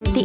The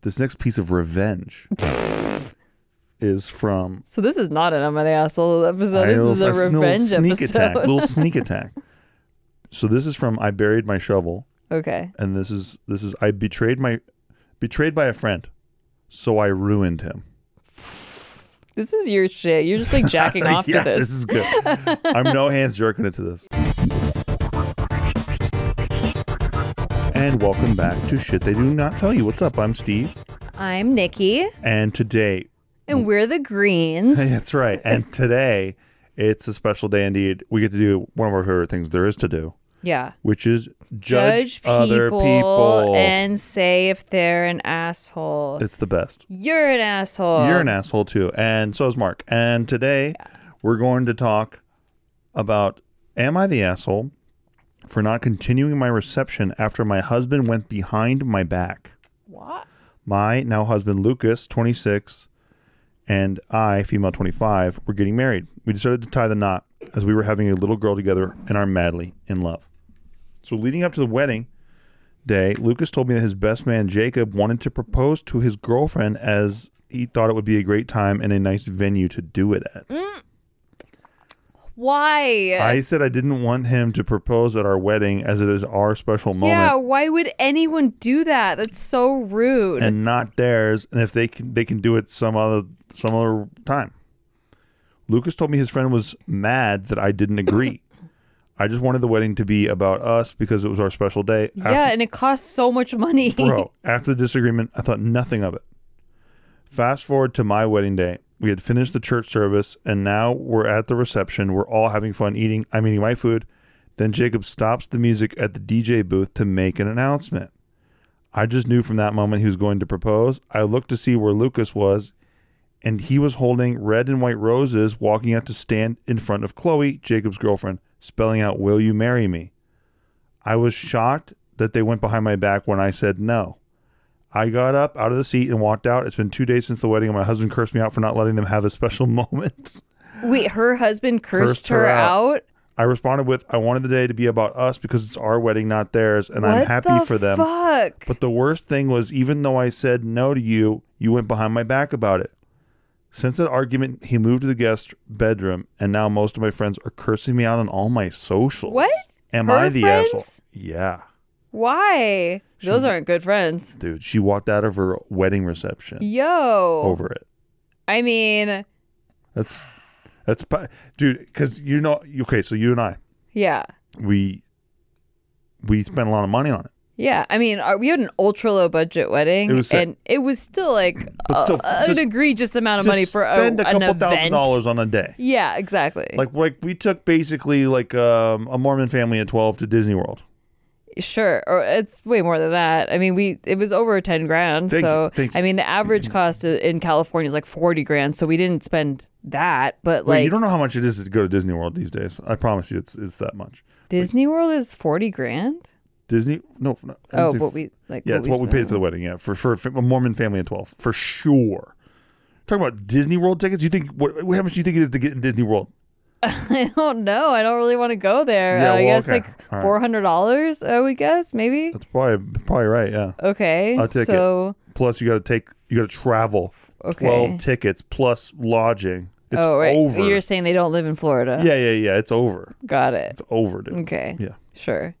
This next piece of revenge is from So this is not an I'm an asshole episode. This I- is a revenge sneak episode. attack, little sneak attack. So this is from I buried my shovel, okay. and this is this is I betrayed my betrayed by a friend, so I ruined him. This is your shit. You're just like jacking off to yeah, this. this is good. I'm no hands jerking into this. And welcome back to shit they do not tell you. What's up? I'm Steve, I'm Nikki, and today and we're the Greens. Hey, That's right. And today, it's a special day indeed. We get to do one of our favorite things there is to do, yeah. which is judge, other people. and say if they're an asshole. it's the best. You're an asshole. You're an asshole too, and so is Mark. And today, we're going to talk about: Am I the asshole for not continuing my reception after my husband went behind my back? What? my now husband Lucas, 26, and I, female 25, were getting married. We decided to tie the knot as we were having a little girl together and are madly in love. So, leading up to the wedding day, Lucas told me that his best man Jacob wanted to propose to his girlfriend as he thought it would be a great time and a nice venue to do it at. Why? I said I didn't want him to propose at our wedding as it is our special moment. yeah, why would anyone do that? That's so rude. and not theirs. And if they can, they can do it some other some other time. Lucas told me his friend was mad that I didn't agree. I just wanted the wedding to be about us because it was our special day. Yeah, and it costs so much money. After, bro, after the disagreement, I thought nothing of it. Fast forward to my wedding day. We had finished the church service, and now we're at the reception. We're all having fun eating. I'm eating my food. Then Jacob stops the music at the DJ booth to make an announcement. I just knew from that moment he was going to propose. I looked to see where Lucas was, and he was holding red and white roses, walking out to stand in front of Chloe, Jacob's girlfriend, spelling out, Will you marry me? I was shocked that they went behind my back when I said no. I got up out of the seat and walked out. It's been two days since the wedding, and my husband cursed me out for not letting them have a special moment. Wait, her husband cursed, her, out. I responded with, I wanted the day to be about us because it's our wedding, not theirs, and I'm What happy the for them. Fuck. But the worst thing was, even though I said no to you, you went behind my back about it. Since that argument, he moved to the guest bedroom, and now most of my friends are cursing me out on all my socials. What? Am Her I the asshole? friends? Yeah, Why? Those aren't good friends. dude. She walked out of her wedding reception Yo. over it. I mean, That's that's pa- dude. Because you know, okay. So you and I, yeah. we we spent a lot of money on it, Yeah, I mean, our, we had an ultra low budget wedding, It was sick. and it was still like But a- still, just- an egregious amount of Just money for a, spend a an couple thousand event. dollars on a day. Yeah, exactly. Like like we took basically like um, a Mormon family at twelve to Disney World. sure, or it's way more than that. I mean, we it was over ten grand. Thank so you, thank you. I mean, the average cost i- in California is like forty grand. So we didn't spend that, but Wait, like you don't know how much it is to go to Disney World these days. I promise you, it's it's that much. Disney World is forty grand. Disney? No, no I Oh, didn't say what f- we like? Yeah, it's what we paid spent. for the wedding. Yeah, for for a fa- a Mormon family at twelve, for sure. Talking about Disney World tickets, you think what? How much do you think it is to get in Disney World? I don't know. I don't really want to go there. Yeah, Uh, I well, guess okay. like All right. four hundred dollars. I would guess maybe. That's probably probably right. Yeah. okay, I'll take so. it. Plus, you got to take you got to travel. Okay. Twelve tickets plus lodging. It's oh, right. over. You're saying they don't live in Florida. yeah, yeah, yeah. It's over. Got it. It's over, dude. Okay. Yeah, Sure.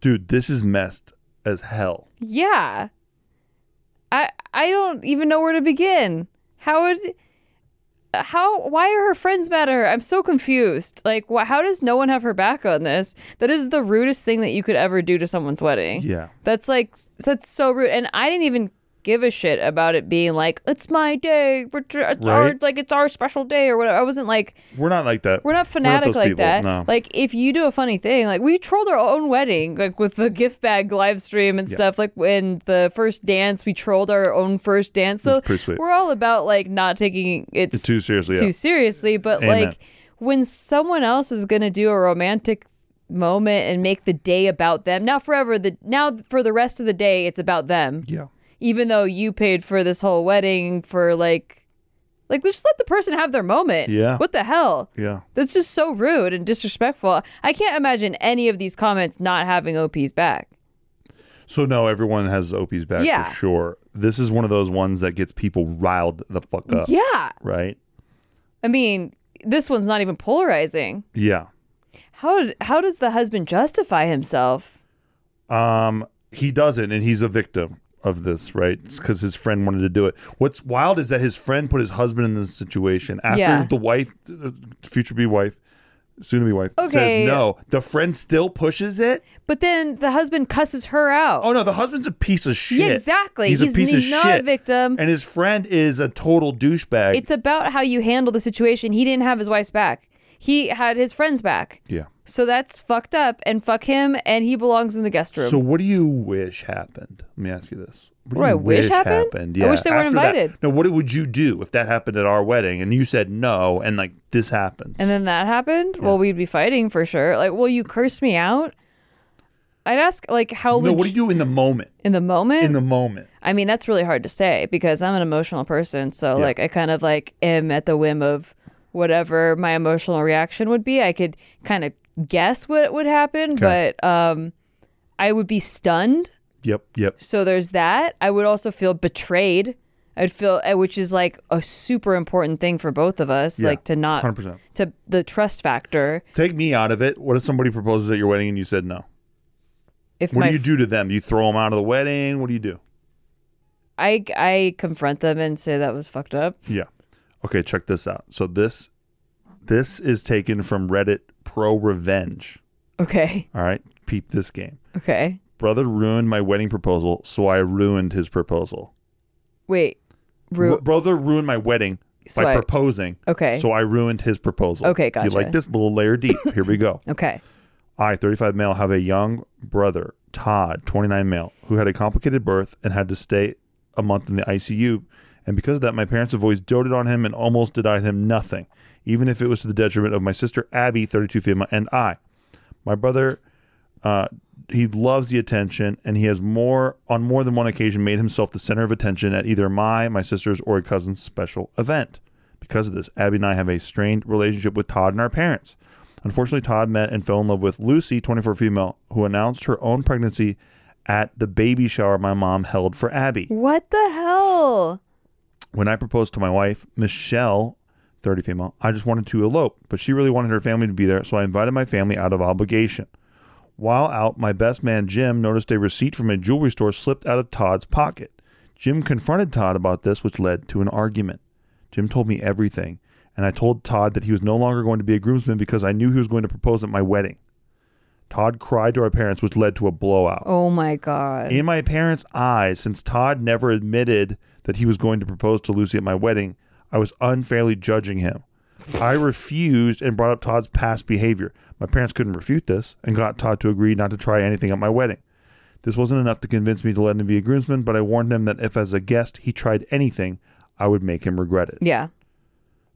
dude. This is messed as hell. Yeah. I I don't even know where to begin. How would how why are her friends mad at her? I'm so confused. Like wh- how does no one have her back on this? That is the rudest thing that you could ever do to someone's wedding. Yeah. That's like s- that's so rude and I didn't even give a shit about it being like it's my day. we're tr- It's our Right. like it's our special day or whatever. I wasn't like We're not like that. We're not fanatic those like people, that. No. Like if you do a funny thing, like we trolled our own wedding, like with the gift bag live stream and stuff. Like when the first dance, we trolled our own first dance. was So pretty sweet. we're all about like not taking it It too seriously, Too yeah. seriously, but Amen. like when someone else is gonna do a romantic moment and make the day about them. Now forever the now for the rest of the day it's about them yeah. even though you paid for this whole wedding for like like just let the person have their moment Yeah. what the hell Yeah. that's just so rude and disrespectful i can't imagine any of these comments not having op's back So no, everyone has Opie's back Yeah. for sure. This is one of those ones that gets people riled the fuck up. yeah Right? i mean this one's not even polarizing Yeah. how how does the husband justify himself Um, he doesn't, and he's a victim of this, right? Because his friend wanted to do it. What's wild is that his friend put his husband in this situation after Yeah. the wife, uh, future be wife, soon to be wife, Okay. says no. The friend still pushes it. but then the husband cusses her out Oh no, the husband's a piece of shit. Yeah, exactly. He's, He's- a piece he's of not a shit. victim. and his friend is a total douchebag. it's about how you handle the situation he didn't have his wife's back he had his friend's back yeah. so that's fucked up and fuck him and he belongs in the guest room So, what do you wish happened? Let me ask you this: What do I you wish happened? I wish they weren't after that- invited. no, what would you do if that happened at our wedding and you said no, and like this happens? And then that happened. Well, we'd be fighting for sure. Like, well, you cursed me out. I'd ask like how no, what do leg- you do in the moment? in the moment. In the moment, I mean, that's really hard to say because I'm an emotional person. So like, I kind of like am at the whim of whatever my emotional reaction would be. I could kind of guess what would happen, but um, I would be stunned. yep, yep. So there's that. I would also feel betrayed. I'd feel, uh, which is like a super important thing for both of us, Yeah, like to not 100%. to the trust factor. Take me out of it. What if somebody proposes at your wedding and you said no? If What my do you do to them? You throw them out of the wedding? What do you do? I I confront them and say that was fucked up. Yeah. Okay, check this out. So this this is taken from Reddit Pro Revenge. Okay. All right, peep this game. Okay. Brother ruined my wedding proposal, so I ruined his proposal. Wait. Ru- Bro- brother ruined my wedding So by I- proposing. Okay. So I ruined his proposal. Okay, You gotcha. like this little layer deep? Here we go. okay. I, 35 male, have a young brother, Todd, 29 male, who had a complicated birth and had to stay a month in the ICU. And because of that, my parents have always doted on him and almost denied him nothing, even if it was to the detriment of my sister, Abby, 32 female, and I. My brother, uh, he loves the attention, and he has more on more than one occasion made himself the center of attention at either my, my sister's, or a cousin's special event. Because of this, Abby and I have a strained relationship with Todd and our parents. Unfortunately, Todd met and fell in love with Lucy, 24 female, who announced her own pregnancy at the baby shower my mom held for Abby. What the hell? When I proposed to my wife, Michelle, 30 female, I just wanted to elope, but she really wanted her family to be there, so I invited my family out of obligation. While out, my best man Jim noticed a receipt from a jewelry store slipped out of Todd's pocket. Jim confronted Todd about this, which led to an argument. Jim told me everything, and I told Todd that he was no longer going to be a groomsman because I knew he was going to propose at my wedding. Todd cried to our parents, which led to a blowout. Oh my god. In my parents' eyes, since Todd never admitted that he was going to propose to Lucy at my wedding, I was unfairly judging him. I refused and brought up Todd's past behavior. My parents couldn't refute this and got Todd to agree not to try anything at my wedding. This wasn't enough to convince me to let him be a groomsman, but I warned him that if, as a guest, he tried anything, I would make him regret it. yeah.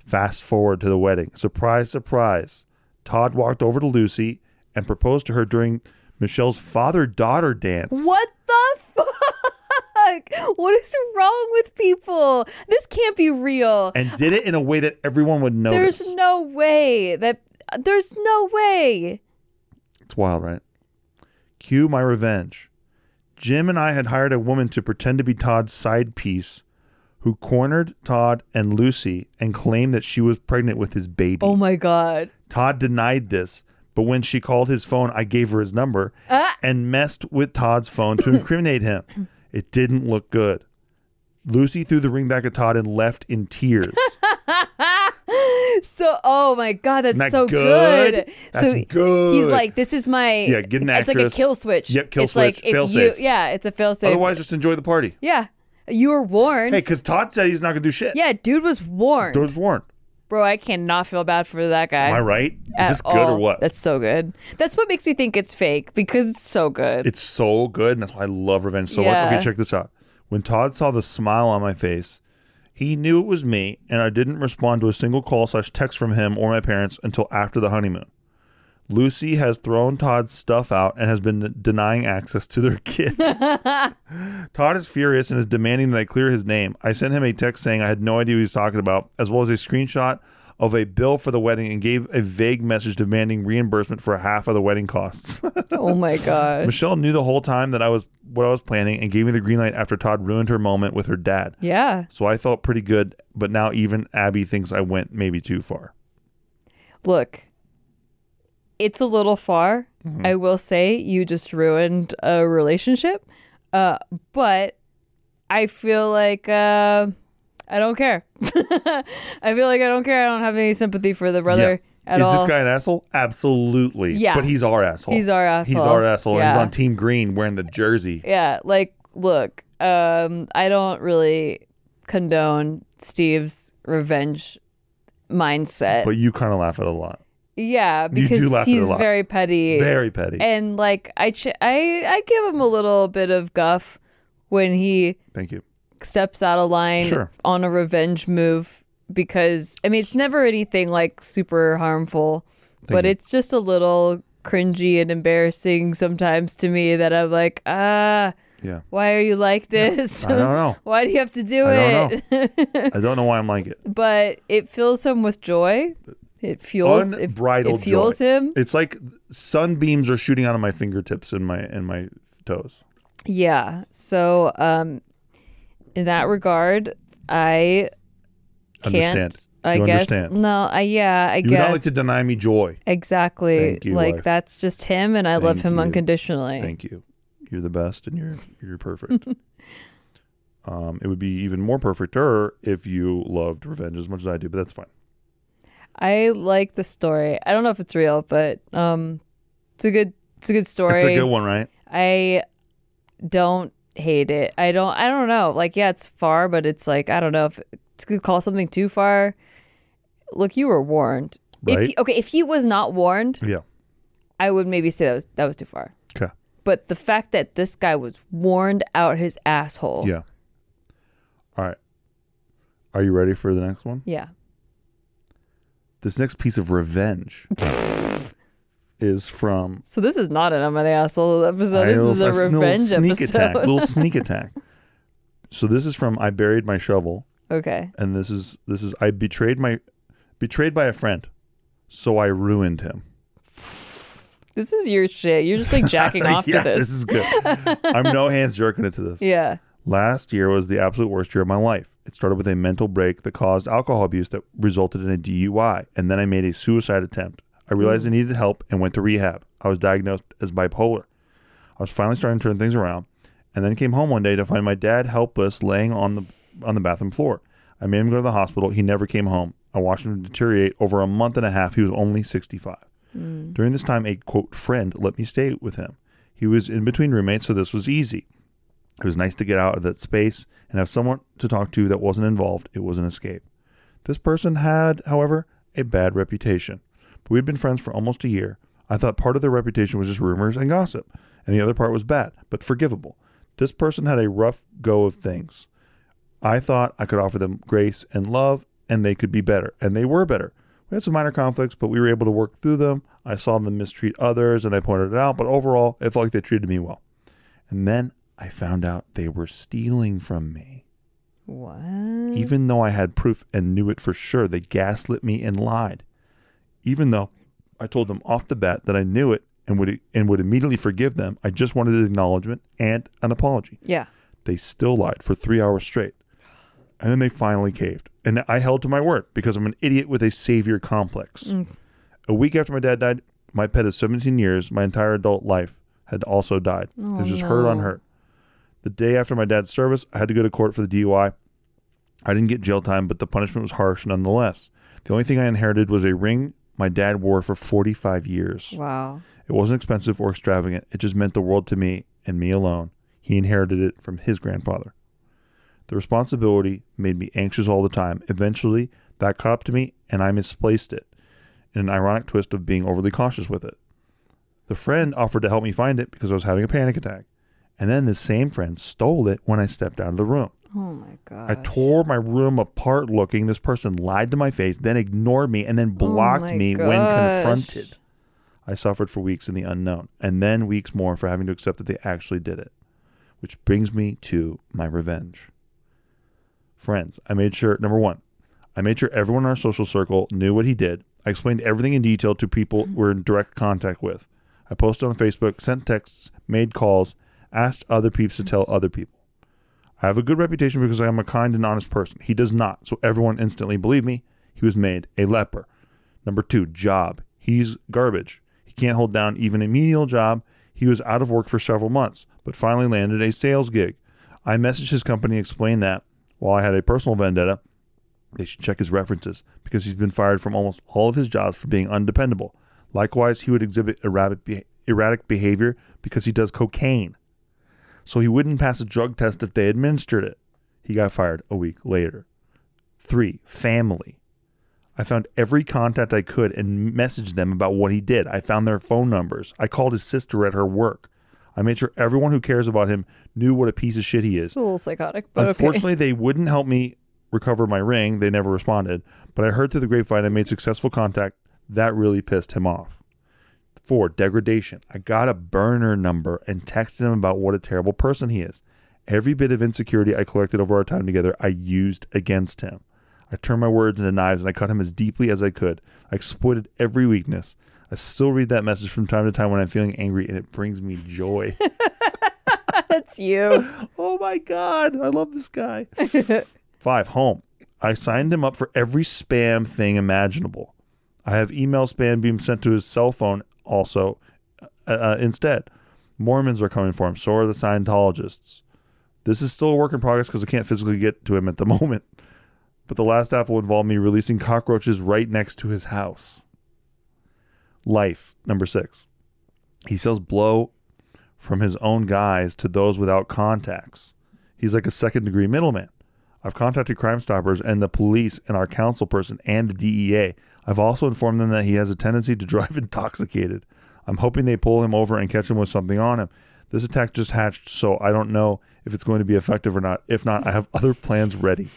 Fast forward to the wedding. Surprise, surprise. Todd walked over to Lucy and proposed to her during Michelle's father daughter dance. What the fuck? What is wrong with people? This can't be real. and did it in a way that everyone would notice. There's no way that there's no way. it's wild, right? Cue my revenge. Jim and I had hired a woman to pretend to be Todd's side piece, who cornered Todd and Lucy and claimed that she was pregnant with his baby. Oh my god. Todd denied this, but when she called his phone, I gave her his number Ah. and messed with Todd's phone to incriminate him. It didn't look good. Lucy threw the ring back at Todd and left in tears. So oh my god, that's Isn't that so good? good. That's so good. he's like, this is my Yeah, get an It's like a actress. kill switch. Yep, kill it's Like switch. if Fail you, safe. yeah, it's a fail safe. Otherwise, just enjoy the party. yeah, you were warned. Hey, because Todd said he's not going to do shit. yeah, dude was warned. Doors warned. Bro, I cannot feel bad for that guy. Am I right? Is at this good all. or what? That's so good. That's what makes me think it's fake because it's so good. it's so good, and that's why I love revenge so much. Yeah. Okay, check this out. When Todd saw the smile on my face, he knew it was me, and I didn't respond to a single call slash text from him or my parents until after the honeymoon. Lucy has thrown Todd's stuff out and has been denying access to their kid. Todd is furious and is demanding that I clear his name. I sent him a text saying I had no idea what he was talking about, as well as a screenshot of a bill for the wedding and gave a vague message demanding reimbursement for half of the wedding costs. oh my god. Michelle knew the whole time that I was what I was planning and gave me the green light after Todd ruined her moment with her dad. Yeah. So I felt pretty good, but now even Abby thinks I went maybe too far. Look, it's a little far. Mm-hmm. I will say you just ruined a relationship, uh, but I feel like uh, I don't care. I feel like I don't care. I don't have any sympathy for the brother at Is all. this guy an asshole? Absolutely. Yeah. But he's our asshole. He's our asshole. He's our asshole. And he's Yeah. on Team Green wearing the jersey. yeah, like look, um, I don't really condone Steve's revenge mindset. But you kind of laugh at it a lot. yeah, do laugh at because it a he's lot. very petty. Very petty. and like I, ch- I I give him a little bit of guff when he Thank you. steps out of line Sure. on a revenge move because I mean it's never anything like super harmful, but you. it's just a little cringy and embarrassing sometimes to me that I'm like ah Yeah. why are you like this I don't know. why do you have to do I don't it I don't know why I'm like it. but it fills him with joy it fuels it, Unbridled it fuels joy. him It's like sunbeams are shooting out of my fingertips and my and my toes. Yeah. So, um, in that regard, I can't. Understand. I You guess understand. no. I yeah. I You would guess not like to deny me joy. exactly. Thank you, like wife. that's just him, and I love Thank him you. unconditionally. Thank you. You're the best, and you're you're perfect. um, it would be even more perfecter if you loved revenge as much as I do, but that's fine. I like the story. I don't know if it's real, but um, it's a good. It's a good story. It's a good one, right? I don't hate it. I don't. I don't know. Like, yeah, it's far, but it's like I don't know if it's to call something too far. Look, you were warned. Right. If he, okay, if he was not warned, Yeah. I would maybe say that was that was too far. Okay. But the fact that this guy was warned out his asshole. Yeah. All right. Are you ready for the next one? Yeah. This next piece of revenge is from. So this is not an I'm the asshole episode. This I- is a a little revenge sneak attack. episode. Little sneak attack. So this is from I buried my shovel. okay. and this is this is I betrayed my betrayed by a friend, so I ruined him. This is your shit. You're just like jacking off yeah, to this. this is good. I'm no hands jerking into this. yeah. Last year was the absolute worst year of my life. It started with a mental break that caused alcohol abuse that resulted in a DUI, and then I made a suicide attempt. I realized I needed help and went to rehab. I was diagnosed as bipolar. I was finally starting to turn things around, and then came home one day to find my dad helpless, laying on the on the bathroom floor. I made him go to the hospital. He never came home. I watched him deteriorate over a month and a half. He was only 65. During this time, a quote friend let me stay with him. He was in between roommates, so this was easy. It was nice to get out of that space and have someone to talk to that wasn't involved. It was an escape. This person had, however, a bad reputation. But we'd been friends for almost a year. I thought part of their reputation was just rumors and gossip, and the other part was bad, but forgivable. This person had a rough go of things. I thought I could offer them grace and love, and they could be better, and they were better. We had some minor conflicts, but we were able to work through them. I saw them mistreat others, and I pointed it out, but overall, it felt like they treated me well. And then I found out they were stealing from me. What? Even though I had proof and knew it for sure, they gaslit me and lied. Even though I told them off the bat that I knew it and would and would immediately forgive them, I just wanted an acknowledgement and an apology. Yeah. They still lied for 3 hours straight. And then they finally caved. And I held to my word because I'm an idiot with a savior complex. A week after my dad died, my pet of 17 years, my entire adult life, had also died. it was just hurt on hurt. The day after my dad's service, I had to go to court for the DUI. I didn't get jail time, but the punishment was harsh nonetheless. The only thing I inherited was a ring my dad wore for 45 years. Wow. It wasn't expensive or extravagant. It just meant the world to me and me alone. He inherited it from his grandfather. The responsibility made me anxious all the time. Eventually, that caught up to me and I misplaced it in an ironic twist of being overly cautious with it. The friend offered to help me find it because I was having a panic attack. And then the same friend stole it when I stepped out of the room. Oh my god. I tore my room apart looking. This person lied to my face, then ignored me, and then blocked my me when gosh. confronted. I suffered for weeks in the unknown, and then weeks more for having to accept that they actually did it. Which brings me to my revenge. Friends, I made sure, number one, I made sure everyone in our social circle knew what he did. I explained everything in detail to people Mm-hmm. we're in direct contact with. I posted on Facebook, sent texts, made calls, asked other peeps Mm-hmm. to tell other people. I have a good reputation because I am a kind and honest person. He does not, so everyone instantly believed me. He was made a leper. Number two, job. He's garbage. He can't hold down even a menial job. He was out of work for several months, but finally landed a sales gig. I messaged his company, explained that while I had a personal vendetta, they should check his references because he's been fired from almost all of his jobs for being undependable. Likewise, he would exhibit erratic, be- erratic behavior because he does cocaine. So he wouldn't pass a drug test if they administered it. He got fired a week later. Three, family. I found every contact I could and messaged them about what he did. I found their phone numbers. I called his sister at her work. I made sure everyone who cares about him knew what a piece of shit he is. It's a little psychotic, but okay. Unfortunately, they wouldn't help me recover my ring. They never responded. But I heard through the grapevine I made successful contact. That really pissed him off. Four, degradation. I got a burner number and texted him about what a terrible person he is. Every bit of insecurity I collected over our time together, I used against him. I turned my words into knives and I cut him as deeply as I could. I exploited every weakness. I still read that message from time to time when I'm feeling angry and it brings me joy. That's you. Oh my God, I love this guy. Five, home. I signed him up for every spam thing imaginable. I have email spam being sent to his cell phone also uh, uh, instead. Mormons are coming for him, so are the Scientologists. This is still a work in progress because I can't physically get to him at the moment. But the last app will involve me releasing cockroaches right next to his house. Life, number six. He sells blow from his own guys to those without contacts. He's like a second degree middleman. I've contacted Crime Stoppers and the police and our council person and the DEA. I've also informed them that he has a tendency to drive intoxicated. I'm hoping they pull him over and catch him with something on him. This attack just hatched, so I don't know if it's going to be effective or not. If not, I have other plans ready.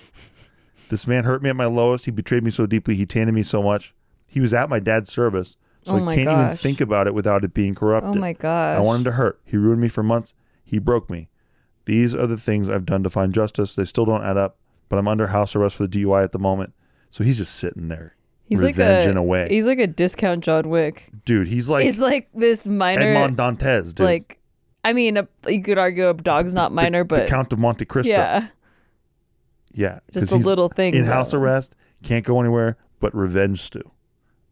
This man hurt me at my lowest. He betrayed me so deeply. He tainted me so much. He was at my dad's service, so Oh I my can't even gosh. think about it without it being corrupted. Oh my gosh. I want him to hurt. He ruined me for months. He broke me. These are the things I've done to find justice. They still don't add up, but I'm under house arrest for the DUI at the moment. So he's just sitting there. He's Revenge like a, in a way. He's like a discount John Wick. dude. He's like He's like this minor, Edmond Dantes, dude. like, I mean, a, you could argue a dog's not The- minor, the but Count of Monte Cristo. yeah, Yeah, Just 'cause a he's little thing, In house though. arrest, can't go anywhere but revenge stew.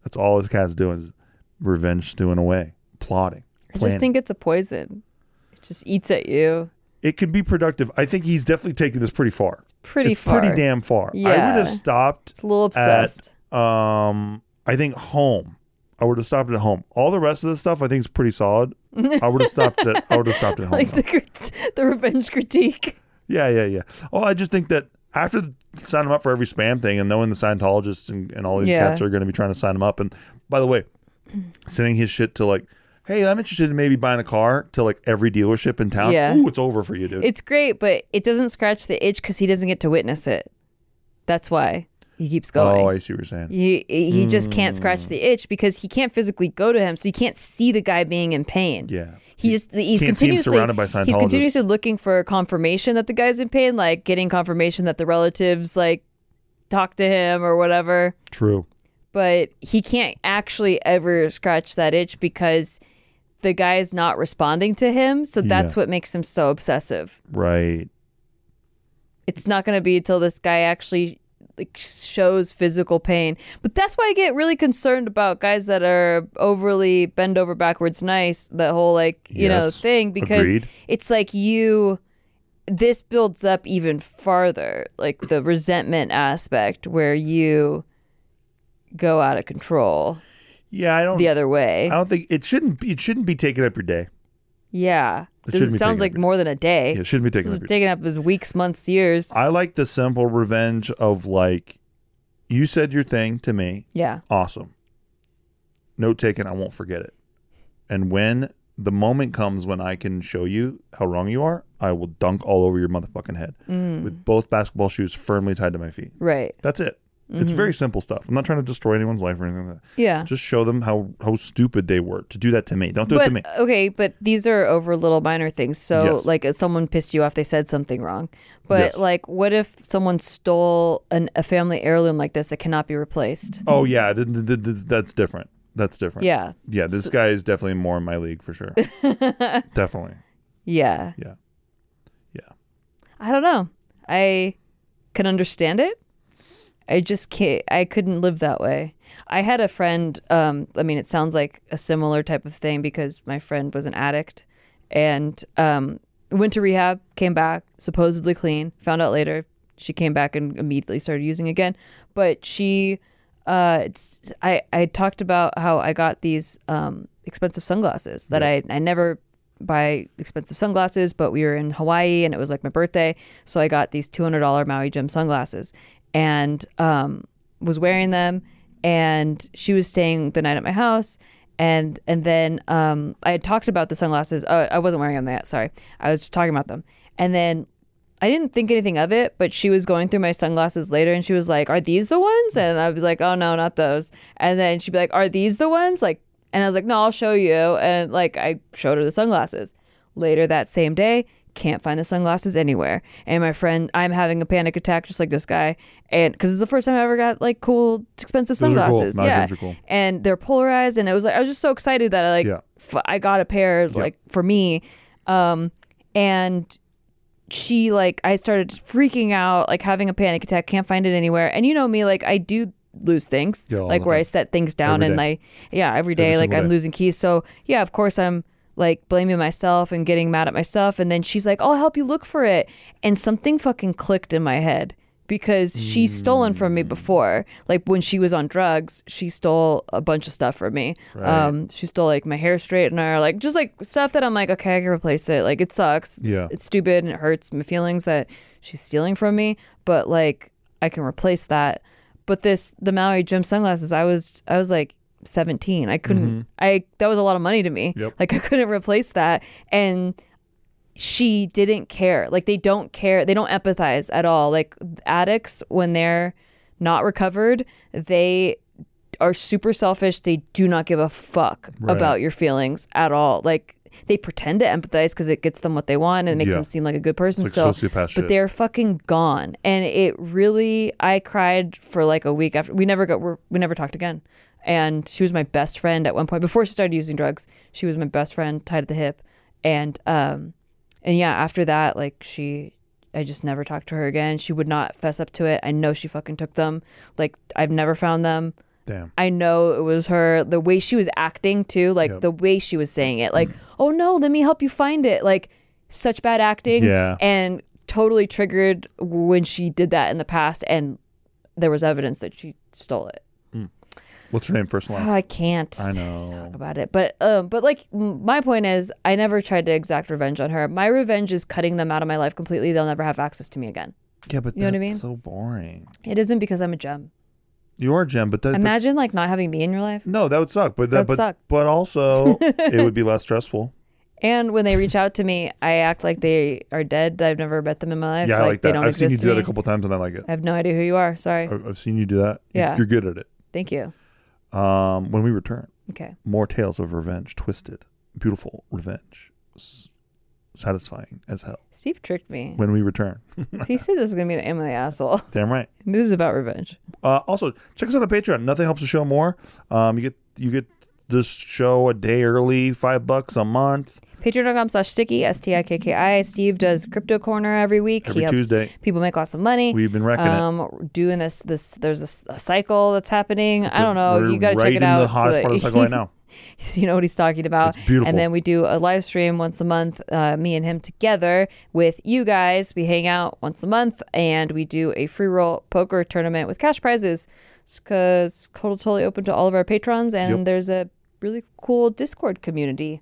That's all this cat's doing is revenge stewing away, plotting. I planning. just think it's a poison. It just eats at you. it could be productive. I think he's definitely taking this pretty far. It's Pretty far. pretty damn far. I Yeah. would have stopped. It's a little obsessed. At, um, I think home. I would have stopped at home. All the rest of the stuff I think is pretty solid. I would have stopped at. I would have stopped at home. like though. the crit- the revenge critique. Yeah, yeah, yeah. Oh, I just think that after the, sign them up for every spam thing and knowing the Scientologists and, and all these Yeah. cats are going to be trying to sign him up. And by the way, sending his shit to like, hey, I'm interested in maybe buying a car to like every dealership in town. Yeah. Ooh, it's over for you, dude. It's great, but it doesn't scratch the itch because he doesn't get to witness it. That's why he keeps going. oh, Mm. I see what you're saying. He he just can't scratch the itch because he can't physically go to him, so you can't see the guy being in pain. Yeah. He just he's can't see him continuously surrounded by He's Scientologists. continuously looking for confirmation that the guy's in pain, like getting confirmation that the relatives like talk to him or whatever. True. But he can't actually ever scratch that itch because the guy is not responding to him. So that's what makes him so obsessive. Right. It's not going to be until this guy actually like shows physical pain. But that's why I get really concerned about guys that are overly bend over backwards nice, that whole like, you know, Yes. thing because Agreed. it's like you this builds up even farther, like the resentment aspect where you go out of control Yeah, I don't. the other way. I don't think it shouldn't. Be, it shouldn't be taking up your day. Yeah. It This- shouldn't it be sounds taking like up your- more than a day. Yeah, it shouldn't be taking This up is your- taking up his weeks, months, years. I like the simple revenge of like, you said your thing to me. yeah. awesome. Note taken, I won't forget it. And when the moment comes when I can show you how wrong you are, I will dunk all over your motherfucking head Mm. with both basketball shoes firmly tied to my feet. Right. That's it. It's very simple stuff. I'm not trying to destroy anyone's life or anything like that. Mm. Yeah. Just show them how how stupid they were to do that to me. Don't do it but to me. okay, but these are over little minor things. So Yes. like if someone pissed you off, they said something wrong. But Yes. like what if someone stole an, a family heirloom like this that cannot be replaced? Oh yeah, th- th- th- th- that's different. That's different. Yeah. Yeah, this guy is definitely more in my league for sure. definitely. Yeah. Yeah. Yeah. I don't know. I can understand it. I just can't. I couldn't live that way. I had a friend. Um, I mean, it sounds like a similar type of thing because my friend was an addict and um, went to rehab, came back supposedly clean. Found out later she came back and immediately started using again. But she, uh, it's I I talked about how I got these um, expensive sunglasses that I I never buy expensive sunglasses, but we were in Hawaii and it was like my birthday, so I got these two hundred dollar Maui Jim sunglasses and um, was wearing them. And she was staying the night at my house, and and then um, I had talked about the sunglasses. Uh, I wasn't wearing them that. Sorry, I was just talking about them. And then I didn't think anything of it, but she was going through my sunglasses later and she was like, Are these the ones? And I was like, Oh no, not those. And then she'd be like, Are these the ones? Like and I was like, No, I'll show you. And like I showed her the sunglasses. Later that same day, can't find the sunglasses anywhere. And my friend, I'm having a panic attack just like this guy. And because it's the first time I ever got like cool, expensive Those are cool. sunglasses. Maui Yeah. Jims are cool. And they're polarized. And it was like, I was just so excited that I like, Yeah. f- I got a pair like for me. Um, and she like I started freaking out, like having a panic attack, can't find it anywhere. And you know me, like I do lose things, Yeah, all like the where I time. set things down Every and day. I, yeah, every day, Every like single day. I'm losing keys. So yeah, of course I'm like blaming myself and getting mad at myself. And then she's like, I'll help you look for it. And something fucking clicked in my head because she's stolen from me Mm. before. Like when she was on drugs, she stole a bunch of stuff from me. Um, she stole like my hair straightener, like just like stuff that I'm like, okay, I can replace it. Like it sucks. It's- Yeah. it's stupid and it hurts my feelings that she's stealing from me. But like I can replace that. But this the Maui Jim sunglasses, I was I was like 17. I couldn't I that was a lot of money to me. Mm-hmm. Yep. Like I couldn't replace that. And she didn't care. Like they don't care. They don't empathize at all. Like addicts when they're not recovered, they are super selfish. They do not give a fuck Right. about your feelings at all. Like they pretend to empathize because it gets them what they want and it makes Yeah. them seem like a good person It's still. like sociopath shit. But they're fucking gone, and it really. I cried for like a week after we never got we're, we never talked again. And she was my best friend at one point before she started using drugs. She was my best friend, tied at the hip, and um, and yeah, after that, like she, I just never talked to her again. She would not fess up to it. I know she fucking took them. Like I've never found them. Damn. I know it was her the way she was acting too, like the way she was saying it, like, "Oh no, let me help you find it." Like such bad acting Yeah. and totally triggered when she did that in the past and there was evidence that she stole it. What's her name? First and Oh, last. I can't I talk know. about it. But um but like m- my point is I never tried to exact revenge on her. My revenge is cutting them out of my life completely. They'll never have access to me again. Yeah, but You know what I mean? so boring. It isn't because I'm a gem. You are Jen, but that. but- Imagine like not having me in your life. no, that would suck. But that, That'd but suck. but also it would be less stressful. And when they reach out to me, I act like they are dead. I've never met them in my life. yeah, I like they that. don't I've seen exist you to do that me. a couple Oh. times, and I like it. I have no idea who you are. Sorry. I- I've seen you do that. You- Yeah. you're good at it. Thank you. Um, when we return, Okay. more tales of revenge, twisted, beautiful revenge, S- satisfying as hell. Steve tricked me. When we return, he said this was gonna be an Emily asshole. damn right. this is about revenge. Uh, also, check us out on Patreon. Nothing helps the show more. Um, you get you get this show a day early, five bucks a month. Patreon.com slash sticky, S T I K K I. Steve does crypto corner every week. Every he helps Tuesday. people make lots of money. We've been wrecking it. um, doing this this there's a s- a, cycle that's happening. I don't know. We're You gotta right check it in out. The hottest so part of the that- cycle right now. so you know what he's talking about. It's beautiful. And then we do a live stream once a month, uh, me and him together with you guys. We hang out once a month and we do a free roll poker tournament with cash prizes because totally open to all of our patrons. And Yep. there's a really cool Discord community.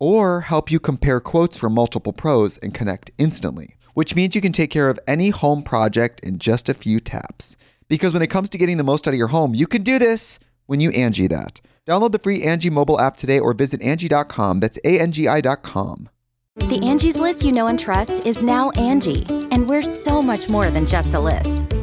or help you compare quotes from multiple pros and connect instantly, which means you can take care of any home project in just a few taps. Because when it comes to getting the most out of your home, you can do this when you Angie that. Download the free Angie mobile app today or visit Angie.com. That's A N G I.com. The Angie's list you know and trust is now Angie, and we're so much more than just a list.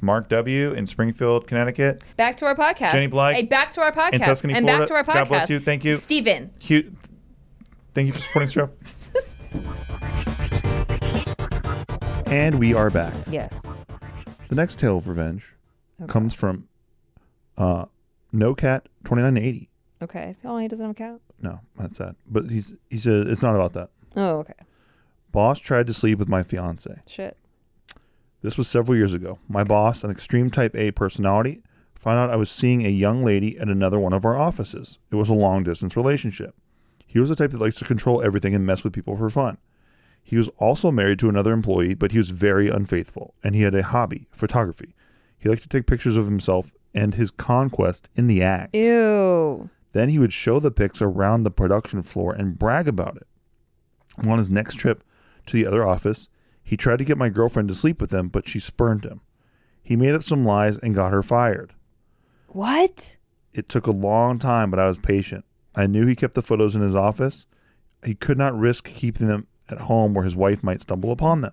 Mark W. in Springfield, Connecticut. Back to our podcast. Jenny Blythe Hey, back to our podcast. in Tuscany, and back Florida. to our podcast. God bless you. Thank you. Steven. Huge. Thank you for supporting the show. And we are back. Yes. The next tale of revenge comes from uh, No Cat twenty nine eighty. Okay. Oh, he doesn't have a cat. No, that's sad. But he's he says it's not about that. Oh, okay. Boss tried to sleep with my fiance. Shit. This was several years ago. My boss, an extreme type A personality, found out I was seeing a young lady at another one of our offices. It was a long distance relationship. He was the type that likes to control everything and mess with people for fun. He was also married to another employee, but he was very unfaithful, and he had a hobby, photography. He liked to take pictures of himself and his conquest in the act. Ew. Then he would show the pics around the production floor and brag about it. On his next trip to the other office, he tried to get my girlfriend to sleep with him, but she spurned him. He made up some lies and got her fired. What? It took a long time, but I was patient. I knew he kept the photos in his office. He could not risk keeping them at home where his wife might stumble upon them.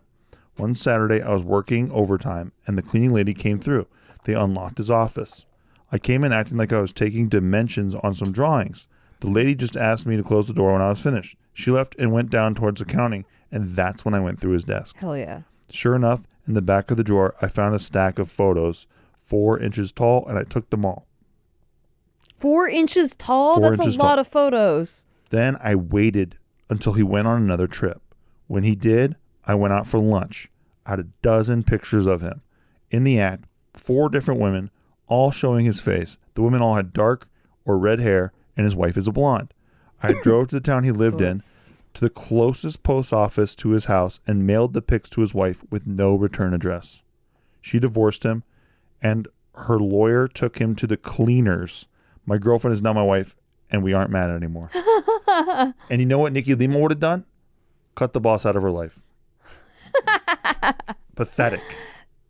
One Saturday, I was working overtime, and the cleaning lady came through. They unlocked his office. I came in acting like I was taking dimensions on some drawings. The lady just asked me to close the door when I was finished. She left and went down towards accounting, and that's when I went through his desk. Hell yeah. Sure enough, in the back of the drawer, I found a stack of photos, four inches tall, and I took them all. Four inches tall? Four That's inches a lot tall. of photos. Then I waited until he went on another trip. When he did, I went out for lunch. I had a dozen pictures of him. In the act, four different women, all showing his face. The women all had dark or red hair, and his wife is a blonde. I drove to the town he lived in, to the closest post office to his house, and mailed the pics to his wife with no return address. She divorced him, and her lawyer took him to the cleaners. My girlfriend is now my wife, and we aren't mad anymore. And you know what Nikki Lima would have done? Cut the boss out of her life. Pathetic.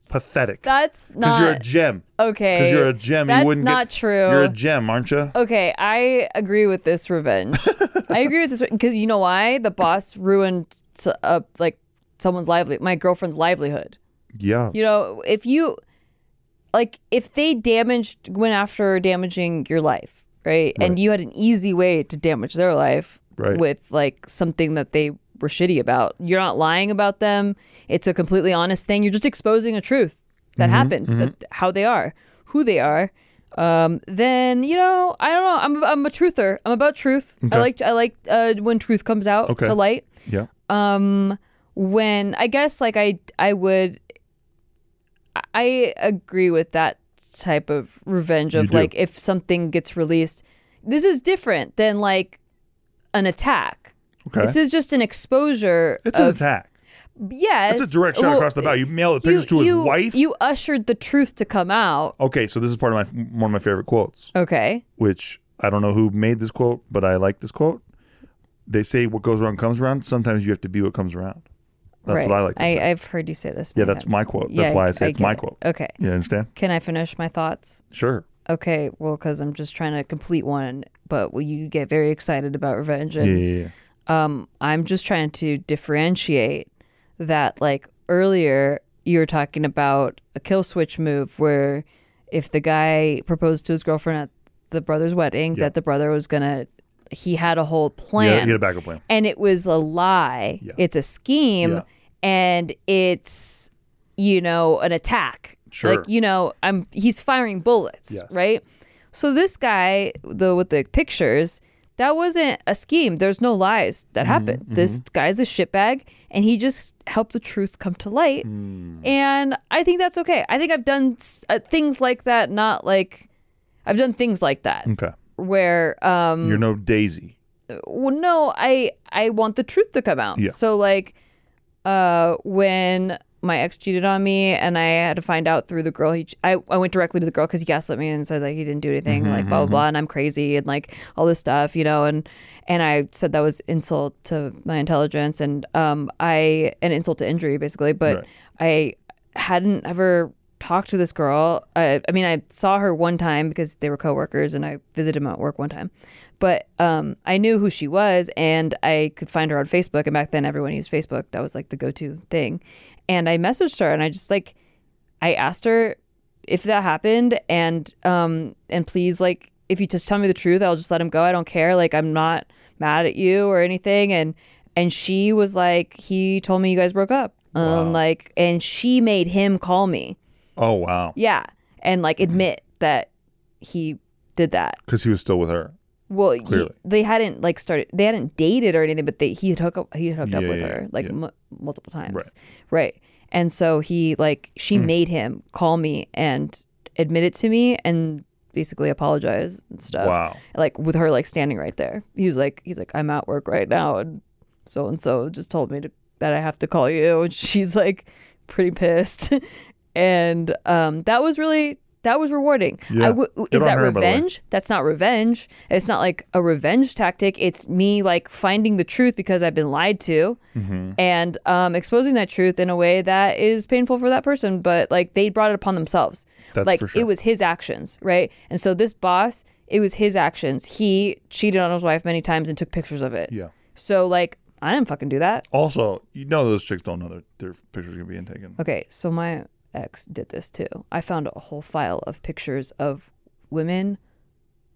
Pathetic. That's Because you're a not gem. okay. Because you're a gem. That's you wouldn't not get, true. You're a gem, aren't you? Okay, I agree with this revenge. I agree with this because you know why the boss ruined s- uh, like someone's lively, my girlfriend's livelihood. Yeah. You know, if you like, if they damaged went after damaging your life, right, Right. and you had an easy way to damage their life Right. with like something that they were shitty about. You're not lying about them. It's a completely honest thing. You're just exposing a truth that Mm-hmm. happened, that, how they are, who they are. Um, then you know, I don't know. I'm I'm a truther. I'm about truth. I like I like uh, when truth comes out Okay. to light. Yeah. Um, when I guess like I I would I agree with that type of revenge You of do. like if something gets released. This is different than like an attack. Okay. This is just an exposure. it's an of, attack. Yes. It's a direct shot well, across the bow. You mail the pictures to his you- wife. You ushered the truth to come out. okay, so this is part of my one of my favorite quotes, Okay. which I don't know who made this quote, but I like this quote. They say what goes around comes around. Sometimes you have to be what comes around. That's right. uh, what I like to say. I've heard you say this. Yeah, many that's times. my quote. That's why I say it's get my it. quote. Okay. you understand? Can I finish my thoughts? Sure. Okay. Well, because I'm just trying to complete one, but well, you get very excited about revenge. Yeah, And yeah, yeah. um, I'm just trying to differentiate that. Like earlier, you were talking about a kill switch move where if the guy proposed to his girlfriend at the brother's wedding, that the brother was gonna, he had a whole Yeah, plan, you get a backup plan. and it was a lie. Yeah. It's a scheme, Yeah. and it's you know an attack. Sure. Like you know, I'm he's firing bullets, Yes. right? So this guy, the with the pictures, that wasn't a scheme. There's no lies that Mm-hmm. happened. This guy's a shitbag, and he just helped the truth come to light. Hmm. And I think that's okay. I think I've done s- uh, things like that. Not like I've done things like that Okay. where um, You're no Daisy. well no i i want the truth to come out Yeah. so like uh when my ex cheated on me and i had to find out through the girl he i, I went directly to the girl because he gaslit me and said like he didn't do anything like blah blah blah and i'm crazy and like all this stuff you know and and i said that was insult to my intelligence and um i an insult to injury basically but i hadn't ever talked to this girl I, I mean i saw her one time because they were coworkers and i visited them at work one time but um, I knew who she was and I could find her on Facebook. And back then, everyone used Facebook. That was like the go to thing. And I messaged her and I just like, I asked her if that happened and, um, and please, like, if you just tell me the truth, I'll just let him go. I don't care. Like, I'm not mad at you or anything. And, and she was like, he told me you guys broke up. Um, like, and she made him call me. Oh wow. Yeah. And like admit that he did that. Because he was still with her. Well, he- Clearly. they hadn't like started. They hadn't dated or anything, but they he had hooked up. He had hooked up Yeah, with yeah, her like yeah. mu- multiple times. Right. Hmm. Right. And so he like she made him call me and admit it to me and basically apologize and stuff. Wow. Like with her like standing right there. He was like he's like I'm at work right now and so and so just told me to, that I have to call you and she's like pretty pissed. and um that was really that was rewarding. Yeah. I w- Good is on that her, by the way. revenge? That's not revenge. It's not like a revenge tactic. It's me like finding the truth because I've been lied to Mm-hmm. and um, exposing that truth in a way that is painful for that person, but like they brought it upon themselves. That's like for sure. it was his actions, right? And so this boss, it was his actions. He cheated on his wife many times and took pictures of it. Yeah. So like I didn't fucking do that. Also, you know those chicks don't know their, their pictures gonna be being taken. Okay, so my ex did this too. I found a whole file of pictures of women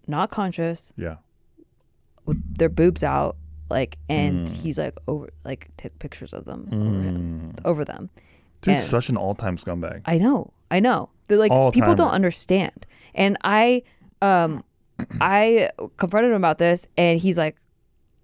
not conscious Yeah. with their boobs out, like, and he's like over, like, took pictures of them over, him, over them. Dude's And- such an all time scumbag. I know, I know. They're like All people don't timer. understand, and I, um, I confronted him about this, and he's like,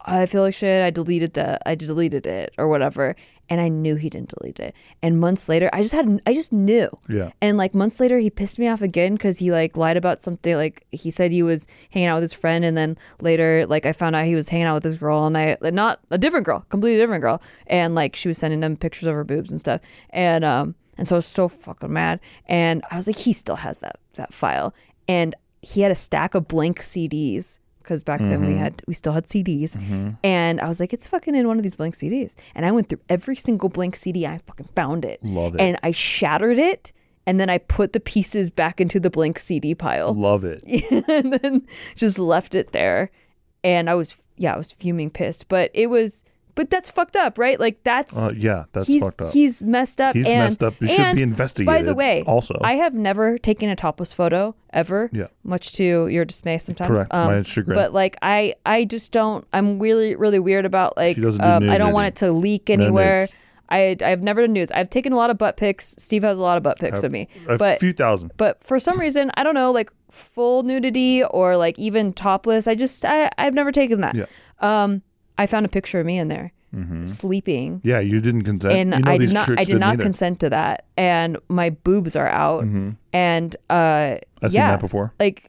I feel like shit. I deleted that. I deleted it or whatever, and I knew he didn't delete it. And months later, I just had, I just knew. Yeah. And like months later, he pissed me off again because he like lied about something. Like he said he was hanging out with his friend, and then later, like I found out he was hanging out with this girl, and I not a different girl, completely different girl, and like she was sending him pictures of her boobs and stuff, and um, and so I was so fucking mad, and I was like, he still has that that file, and he had a stack of blank CDs because back then Mm-hmm. we had we still had CDs, and I was like, it's fucking in one of these blank CDs, and I went through every single blank CD, I fucking found it, Love it. and I shattered it and then I put the pieces back into the blank CD pile Love it. and then just left it there. And I was, yeah, I was fuming pissed, but it was, but that's fucked up, right? Like that's, Uh, yeah, that's he's, fucked up. He's messed up. He's and, messed up. He should be and, By the investigated way, also. I have never taken a topless photo ever. Yeah. Much to your dismay sometimes. Um, Correct. My chagrin. But like, I, I just don't. I'm really, really weird about like. She doesn't do um, I don't want it nudity. to leak No anywhere. nudes. I, I've never done nudes. I've taken a lot of butt pics. Steve has a lot of butt pics of me. a but few thousand. but for some reason i don't know like full nudity or like even topless i just I, i've never taken that Yeah. um i found a picture of me in there sleeping Yeah, you didn't consent. and Uh, you know i these did not chicks i did didn't not either. consent to that and my boobs are out and uh yeah Mm-hmm. I've seen that before. like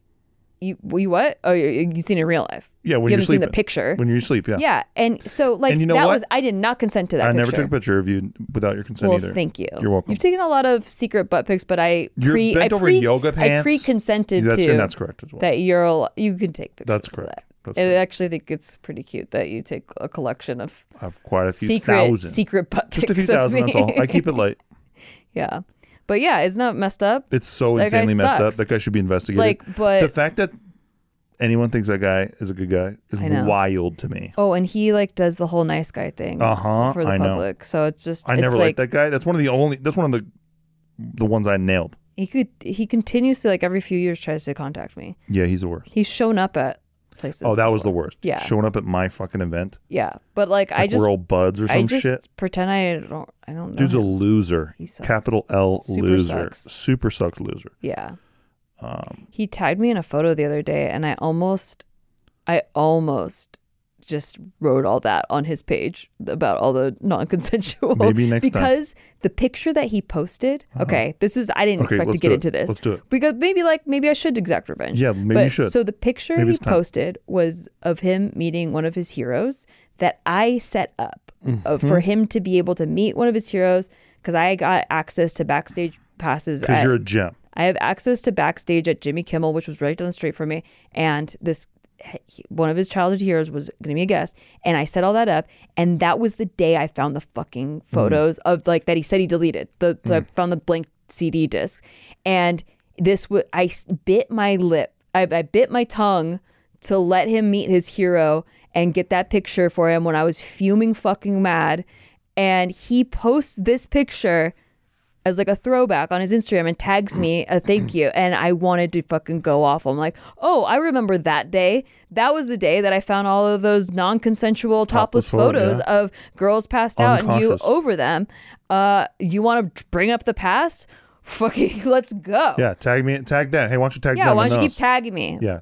you, you what oh you, you've seen it in real life Yeah, when you are haven't sleeping. seen the picture When you sleep, yeah. yeah and so like And you know that what? was i did not consent to that I picture never took a picture of you without your consent well, either. thank you. You're welcome. You've taken a lot of secret butt pics, but I You're pre bent I over pre, in yoga I pants. pre-consented That's- to and that's correct as well. That you're al- you can take pictures. That's of correct. that. That's and I correct. actually think it's pretty cute that you take a collection of I have quite a few secret thousand. secret butt pics Just a few of thousand, me. that's all. I keep it light. yeah, but yeah, isn't that messed up? It's so That guy insanely messed up. sucks. That guy should be investigated. Like, but- the fact that anyone thinks that guy is a good guy is I know. wild to me. oh, and he like does the whole nice guy thing Uh-huh, for the I know. public. So it's just I it's never liked like that guy. That's one of the only. That's one of the the ones I nailed. he could he continues to like every few years tries to contact me. Yeah, he's the worst. He's shown up at places. Oh, that was the before. worst. Yeah. showing up at my fucking event. yeah, but like, I Like just we're all buds or I some just shit. pretend I don't. I don't know. Dude's a him. loser. He sucks. Capital L Super loser. sucks. Super sucks loser. yeah. Um, He tagged me in a photo the other day, and I almost, I almost just wrote all that on his page about all the non-consensual. Maybe next time. Uh-huh. because the picture that he posted. Okay, this is I didn't Okay, expect let's to get do it. into this. Let's do it. Because maybe like maybe I should exact revenge. Yeah, maybe you but, should. So the picture Maybe he it's time. posted was of him meeting one of his heroes that I set up uh, Mm-hmm. for him to be able to meet one of his heroes because I got access to backstage passes because at you're a gem. I have access to backstage at Jimmy Kimmel, which was right down the street from me. And this he- one of his childhood heroes was going to be a guest, and I set all that up. And that was the day I found the fucking photos of like that he said he deleted. The so I found the blank CD disc, and this would I s- bit my lip, I, I bit my tongue to let him meet his hero and get that picture for him when I was fuming fucking mad. And he posts this picture as like a throwback on his Instagram and tags me a thank you. And I wanted to fucking go off. I'm like, oh, I remember that day. That was the day that I found all of those non consensual Topless topless, photo, photos yeah. of girls passed out and you Unconscious. over them. Uh, you want to bring up the past? Fucking let's go. Yeah, tag me. Tag that. Hey, why don't you tag Oh. Yeah, them why and don't you keep us? tagging me? Yeah.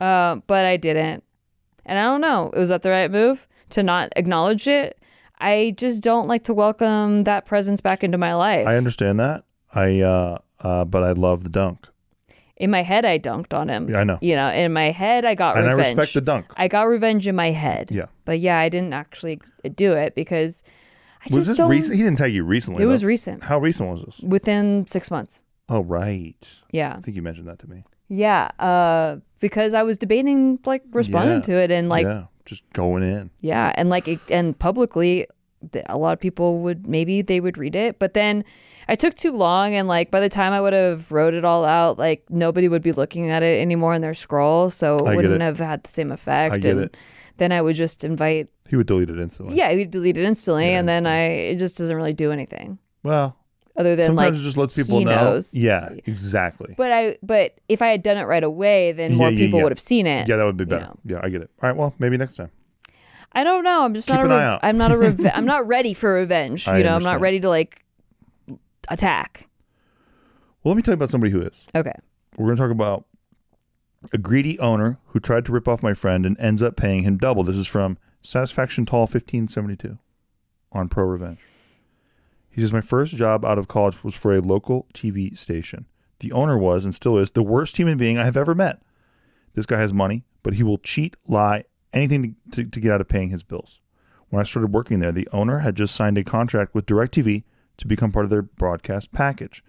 um, but I didn't. And I don't know, was that the right move to not acknowledge it? I just don't like to welcome that presence back into my life. I understand that. I uh, uh but I love the dunk. in my head, I dunked on him. Yeah, I know. You know, in my head, I got and revenge. I respect the dunk. I got revenge in my head. Yeah. But yeah, I didn't actually ex- do it because I was just this don't. recent? He didn't tag you recently. It was though. recent. How recent was this? Within six months. Oh right. Yeah. I think you mentioned that to me. Yeah. Uh, because I was debating like responding Yeah. to it and like, yeah. yeah, just going in. and like, it, and publicly, th- a lot of people would maybe they would read it. But then I took too long. And like, by the time I would have wrote it all out, like, nobody would be looking at it anymore in their scroll. So it I get wouldn't it. have had the same effect. I get and it. then I would just invite, He would delete it instantly. yeah, you delete it instantly. and then I, it just doesn't really do anything Well, other than sometimes like, it just lets people he know. knows. Yeah, exactly. But I, but if I had done it right away, then Yeah, more yeah, people yeah. would have seen it. yeah, that would be you better. know. Yeah, I get it. All right. Well, maybe next time. I don't know. I'm just Keep not. A an eye rev- out. I'm not a. Rev- I'm not ready for revenge. You I know, I'm understand. not ready to like attack. Well, let me tell you about somebody who is. Okay. We're going to talk about a greedy owner who tried to rip off my friend and ends up paying him double. This is from Satisfaction Tall 1572 on Pro Revenge. He says, My first job out of college was for a local TV station. The owner was and still is the worst human being I have ever met. This guy has money, but he will cheat, lie, anything to, to, to get out of paying his bills. When I started working there, the owner had just signed a contract with DirecTV to become part of their broadcast package.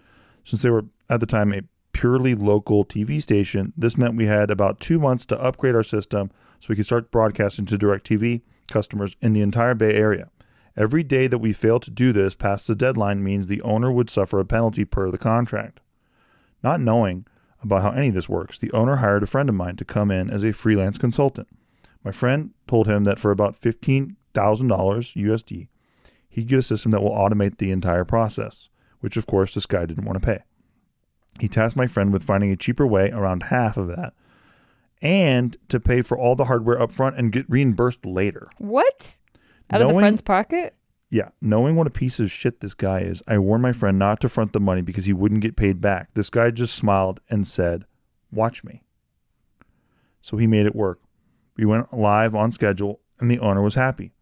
Since they were at the time a purely local TV station, this meant we had about two months to upgrade our system so we could start broadcasting to DirecTV customers in the entire Bay Area. Every day that we failed to do this past the deadline means the owner would suffer a penalty per the contract. Not knowing about how any of this works, the owner hired a friend of mine to come in as a freelance consultant. My friend told him that for about $15,000 USD, he'd get a system that will automate the entire process, which of course this guy didn't want to pay. He tasked my friend with finding a cheaper way around half of that and to pay for all the hardware up front and get reimbursed later. What? Out of the Knowing- friend's pocket? Yeah, knowing what a piece of shit this guy is, I warned my friend not to front the money because he wouldn't get paid back. This guy just smiled and said, "Watch me." So he made it work. We went live on schedule and the owner was happy.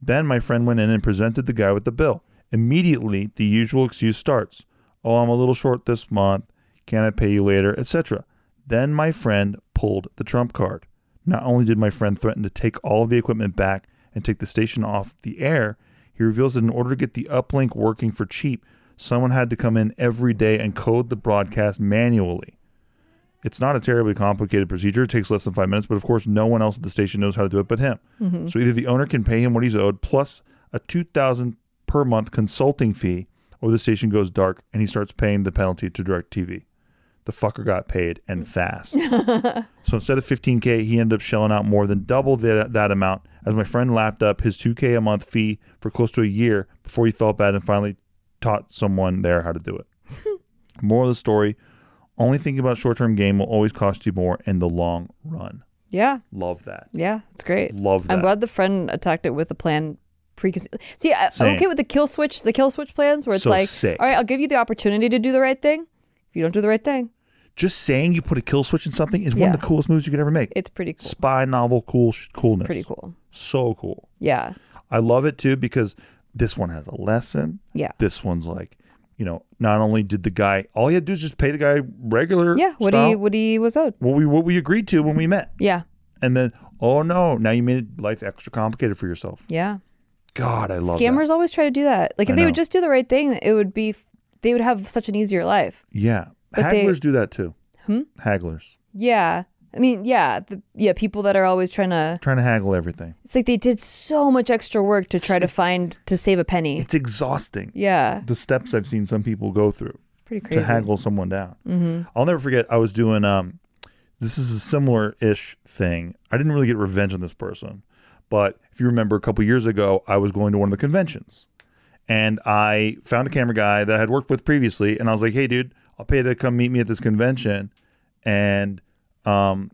Then my friend went in and presented the guy with the bill. Immediately, the usual excuse starts. "Oh, I'm a little short this month. Can I pay you later?" etc. Then my friend pulled the trump card. Not only did my friend threaten to take all of the equipment back and take the station off the air, he reveals that in order to get the uplink working for cheap, someone had to come in every day and code the broadcast manually. It's not a terribly complicated procedure. It takes less than five minutes, but of course, no one else at the station knows how to do it but him. So either the owner can pay him what he's owed plus a two thousand per month consulting fee, or the station goes dark and he starts paying the penalty to DirecTV. The fucker got paid and fast. So instead of 15K, he ended up shelling out more than double that, that amount as my friend lapped up his 2K a month fee for close to a year before he felt bad and finally taught someone there how to do it. Moral of the story only thinking about short term gain will always cost you more in the long run. Yeah. Love that. Yeah. It's great. Love that. I'm glad the friend attacked it with a plan preconceived. See, I, I'm Same. okay with the kill switch, the kill switch plans where it's So like, sick. all right, I'll give you the opportunity to do the right thing. If you don't do the right thing, Just saying you put a kill switch in something is one Yeah. of the coolest moves you could ever make. it's pretty cool. Spy novel cool sh- It's coolness. pretty cool. So cool. Yeah. I love it too because this one has a lesson. Yeah. This one's like, you know, not only did the guy all he had to do is just pay the guy regular. Yeah. What style, he what he was owed. what we what we agreed to when we met, Yeah. and then oh no, now you made life extra complicated for yourself. Yeah. God, I love that. Scammers always try to do that. Like if I they know. would just do the right thing, it would be f- they would have such an easier life. Yeah, But they- Hmm? hagglers do that too. Hagglers Yeah. I mean, yeah, the, yeah, people that are always trying to trying to haggle everything. it's like they did so much extra work to try to find to save a penny. It's exhausting. Yeah. The steps I've seen some people go through. Pretty crazy. Mm-hmm. to haggle someone down. I'll never forget. I was doing um, this is a similar ish thing. I didn't really get revenge on this person, but if you remember, a couple years ago, I was going to one of the conventions, and I found a camera guy that I had worked with previously, and I was like, "Hey, dude, I'll pay to come meet me at this convention," and um,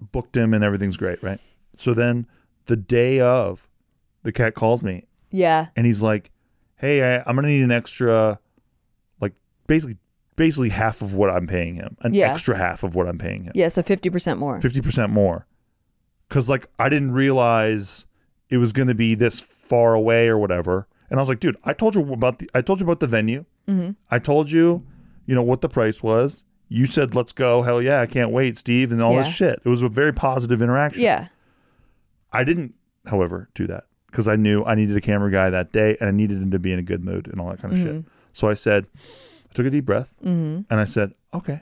booked him, and everything's great, right? So then the day of, the cat calls me Yeah. and he's like, "Hey, I, I'm gonna need an extra, like, basically basically half of what I'm paying him, an Yeah. extra half of what I'm paying him, Yeah, so 50% more. fifty percent more. Because like I didn't realize it was going to be this far away or whatever, and I was like, dude, I told you about the I told you about the venue. Mm-hmm. I told you, you know what the price was. You said, let's go. Hell yeah, I can't wait, Steve, and all Yeah. this shit. It was a very positive interaction. Yeah. I didn't, however, do that because I knew I needed a camera guy that day and I needed him to be in a good mood and all that kind of shit. So I said, I took a deep breath and I said, okay.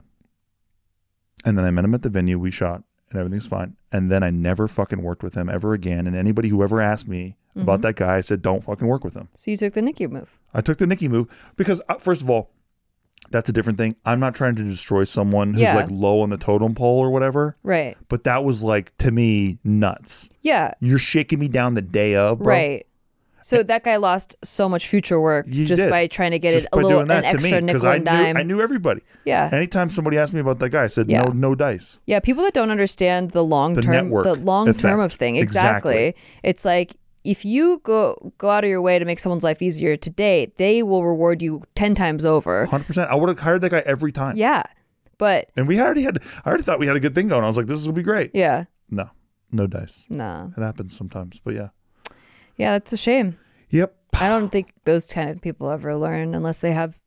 And then I met him at the venue. We shot and everything's fine. And then I never fucking worked with him ever again. And anybody who ever asked me about that guy, I said, don't fucking work with him. So you took the NICU move. I took the Nikki move because, uh, first of all, that's a different thing. I'm not trying to destroy someone who's Yeah. like low on the totem pole or whatever, Right. but that was like, to me, nuts. Yeah. You're shaking me down the day of, bro. Right. So that guy lost so much future work You just did. by trying to get Just it a by little doing that an to me, extra 'cause nickel I and knew- dime. I knew everybody. Yeah. Anytime somebody asked me about that guy, I said Yeah. no, no dice. Yeah, people that don't understand the long The term, network the long term effect. of thing. Exactly. Exactly. It's like if you go go out of your way to make someone's life easier today, they will reward you ten times over. Hundred percent. I would have hired that guy every time. Yeah, but And we already had. I already thought we had a good thing going. I was like, this is gonna be great. yeah, No, no dice. nah, It happens sometimes, but yeah. yeah, that's a shame. Yep. I don't think those kind of people ever learn unless they have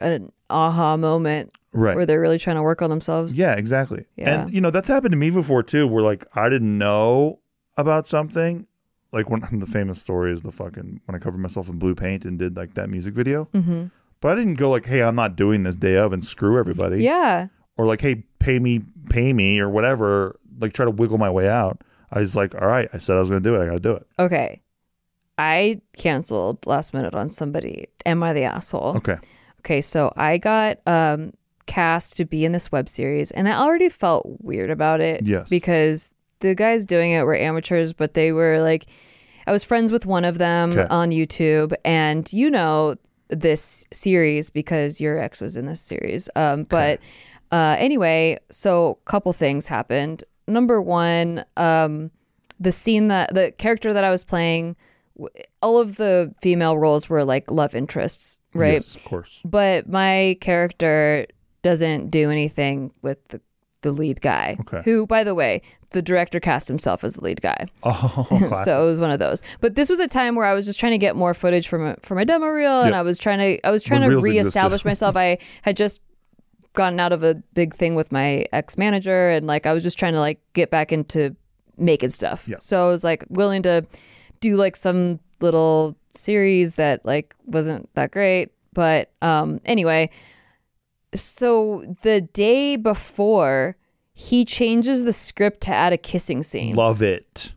an aha moment Right. where they're really trying to work on themselves. Yeah, exactly. Yeah. And you know, that's happened to me before too, where like I didn't know about something. Like one the famous story is the fucking when I covered myself in blue paint and did like that music video. Mm-hmm. But I didn't go like, hey, I'm not doing this day of and screw everybody. yeah, Or like, hey, pay me, pay me, or whatever. Like try to wiggle my way out. I was like, all right, I said I was gonna do it, I gotta do it. okay. I canceled last minute on somebody. Am I the asshole? Okay. Okay, so I got um cast to be in this web series and I already felt weird about it. Yes. Because the guys doing it were amateurs, but they were like I was friends with one of them Okay. on YouTube and you know this series because your ex was in this series. Um but uh anyway, so couple things happened. Number one, um the scene that the character that I was playing w- all of the female roles were like love interests, right? Yes, of course. but my character doesn't do anything with the, the lead guy Okay. who by the way the director cast himself as the lead guy Oh, classic. so it was one of those but this was a time where i was just trying to get more footage for my, for my demo reel and Yeah. i was trying to i was trying When to reels existed. reestablish myself i had just gotten out of a big thing with my ex-manager and like i was just trying to like get back into making stuff Yeah. so i was like willing to do like some little series that like wasn't that great but um anyway so the day before he changes the script to add a kissing scene Love it.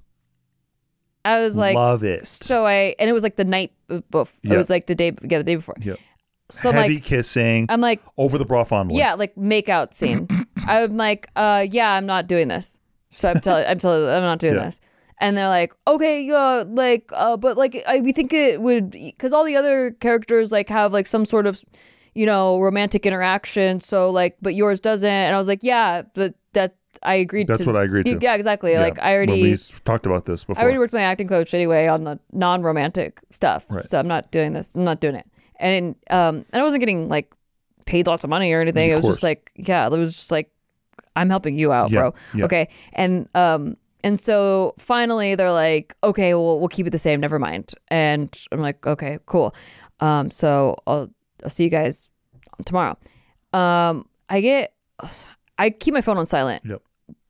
i was like Love it. so I and it was like the night before. Yeah. It was like the day, yeah, the day before. Yeah. So I'm Heavy like, kissing I'm like, over the bra fondling. yeah, like make out scene. I'm like, uh, yeah, I'm not doing this. So I'm telling, I'm telling, I'm not doing Yeah. this. And they're like, okay, yeah, like, uh, but like, I, we think it would, because all the other characters like have like some sort of, you know, romantic interaction. So like, but yours doesn't. And I was like, yeah, but that I agreed. That's to, what I agreed to. Yeah, exactly. Yeah, Like I when already we s- talked about this before. I already worked with my acting coach anyway on the non-romantic stuff, Right. so I'm not doing this. I'm not doing it. And um, and I wasn't getting like paid lots of money or Of anything. it was course. just like, yeah, it was just like, I'm helping you out, Yeah, bro. yeah. Okay, and um, and so finally they're like, okay, well we'll keep it the same. Never mind. And I'm like, okay, cool. Um, so I'll I'll see you guys tomorrow. Um, I get, I keep my phone on silent Yep.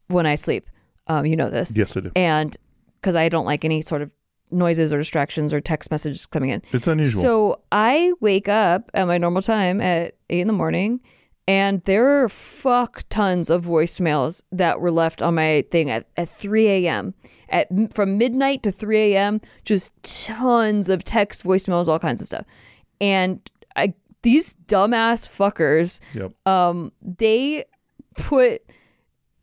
when I sleep. Um, you know this Yes, I do. and because I don't like any sort of noises or distractions or text messages coming in. It's unusual. So I wake up at my normal time at eight in the morning, and there are fuck tons of voicemails that were left on my thing at, at 3 a.m. At from midnight to 3 a.m. Just tons of text voicemails, all kinds of stuff, and I these dumbass fuckers yep. um they put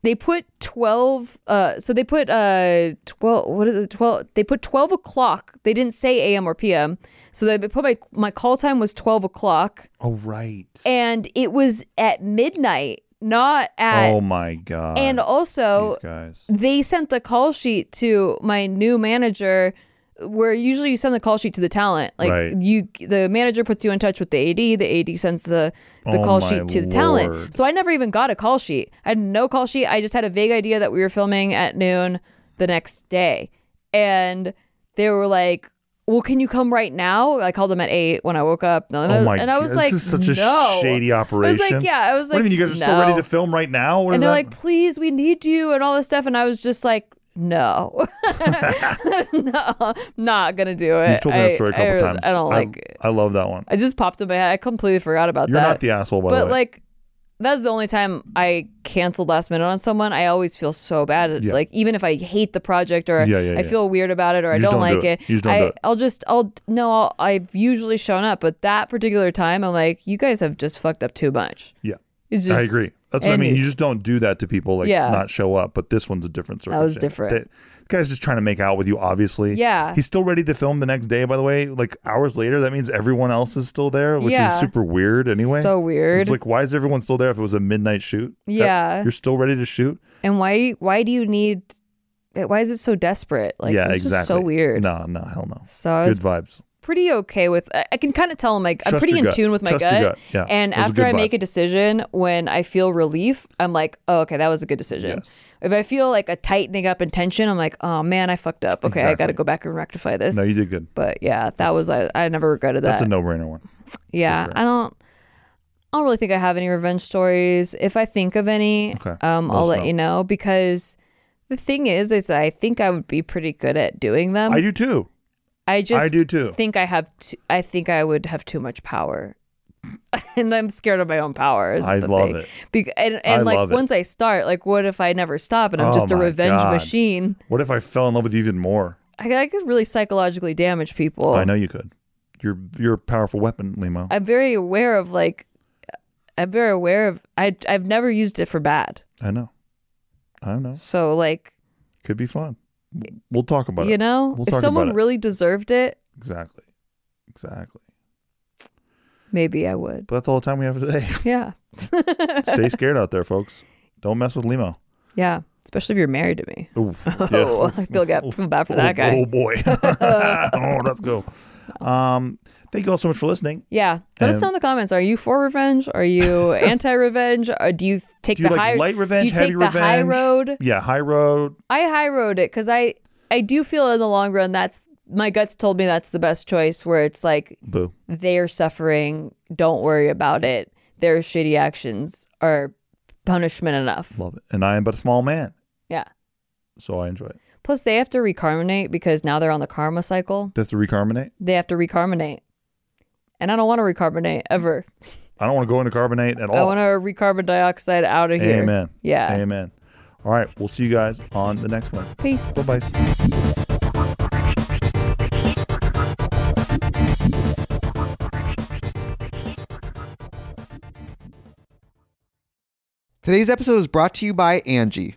they put 12 uh so they put uh 12 what is it 12 they put 12 o'clock they didn't say am or pm so they put my my call time was 12 o'clock oh right. and it was at midnight not at oh my god. and oh, also these guys. they sent the call sheet to my new manager where usually you send the call sheet to the talent. Like Right. you, the manager puts you in touch with the AD. The AD sends the the Oh call my sheet to the talent. lord. So I never even got a call sheet. I had no call sheet. I just had a vague idea that we were filming at noon the next day, and they were like. Well, can you come right now? I called them at eight when I woke up, and I Oh was, my and I was God, like, this is such "No." a shady operation. I was like, "Yeah." I was what do like, you mean you guys are still ready "No." to film right now? What is and they're that? like, please, we need you, and all this stuff. And I was just like, no, no, not gonna do it. You've told me I, that story a couple I, times. I don't like. It. I love that one. I just popped in my head. I completely forgot about You're that. not the asshole, by the but way. like, that's the only time I canceled last minute on someone. I always feel so bad. Yeah. Like even if I hate the project or Yeah, yeah, I yeah. feel weird about it or I You don't, just don't like do it. You just don't I, do it. I'll just I'll no. I'll, I've usually shown up, but that particular time, I'm like, you guys have just fucked up too much. yeah, It's just, I agree. That's what I and mean. it- You just don't do that to people, like Yeah. not show up. But this one's a different That was circumstance. different. That- the guy's just trying to make out with you, obviously. Yeah. He's still ready to film the next day, by the way. Like hours later, that means everyone else is still there, which Yeah. is super weird. Anyway, So weird. It's like, why is everyone still there if it was a midnight shoot? That- Yeah. you're still ready to shoot. And why why do you need why is it so desperate? Like yeah, this exactly. is so weird. No, no, hell no. So I good was vibes. pretty okay with I, I can kind of tell I'm like I'm Trust pretty your in gut. tune with my Trust your gut. Yeah, And that was a after good I make vibe. a decision when I feel relief, I'm like, "Oh, okay, that was a good decision." If I feel like a tightening up and tension, I'm like, "Oh man, I fucked up. Okay, I got to Exactly. go back and rectify this." No, you did good. but yeah, that was I, I never regretted that. That's a no-brainer one. Yeah, sure. I don't. I don't really think I have any revenge stories. If I think of any, Okay, um, let I'll us let know. you know because the thing is, is I think I would be pretty good at doing them. I do too. I just do too. Think I have. T- I think I would have too much power, and I'm scared of my own power. is I the love thing. it. Bec- and and I like love it. once I start, like what if I never stop and I'm Oh just a my revenge God. machine? What if I fell in love with you even more? I, I could really psychologically damage people. I know you could. You're you're a powerful weapon, Limo. I, I'm very aware of like I'm very aware of I I've never used it for bad. know. I know. So like Could be fun. W- We'll talk about you it. know, We'll if talk someone about it. really deserved it, Exactly. Exactly. maybe I would. But that's all the time we have today. Yeah. Stay scared out there, folks. Don't mess with Limo. Yeah. Especially if you're married to me. Oof. Yeah. Oh, I feel ga- feel bad for that guy. Oh boy. oh, let's go. Um, thank you all so much for listening. Yeah. Let us And- know in the comments. Are you for revenge? Are you anti revenge? Or do you take Do you the like high light revenge, Do you heavy take the high revenge? road? Yeah, high road. I high road it because I I do feel in the long run that's my guts told me that's the best choice where it's like Boo. they're suffering. Don't worry about it. Their shitty actions are punishment enough. Love it. And I am but a small man, Yeah. so I enjoy it. Plus, they have to recarminate because now they're on the karma cycle. That's the recarbonate. They have to recarminate. And I don't want to recarbonate ever. I don't want to go into carbonate at all. I want to recarbon dioxide out of here. Amen. Yeah. Amen. All right. We'll see you guys on the next one. Peace. Bye bye. Today's episode is brought to you by Angie.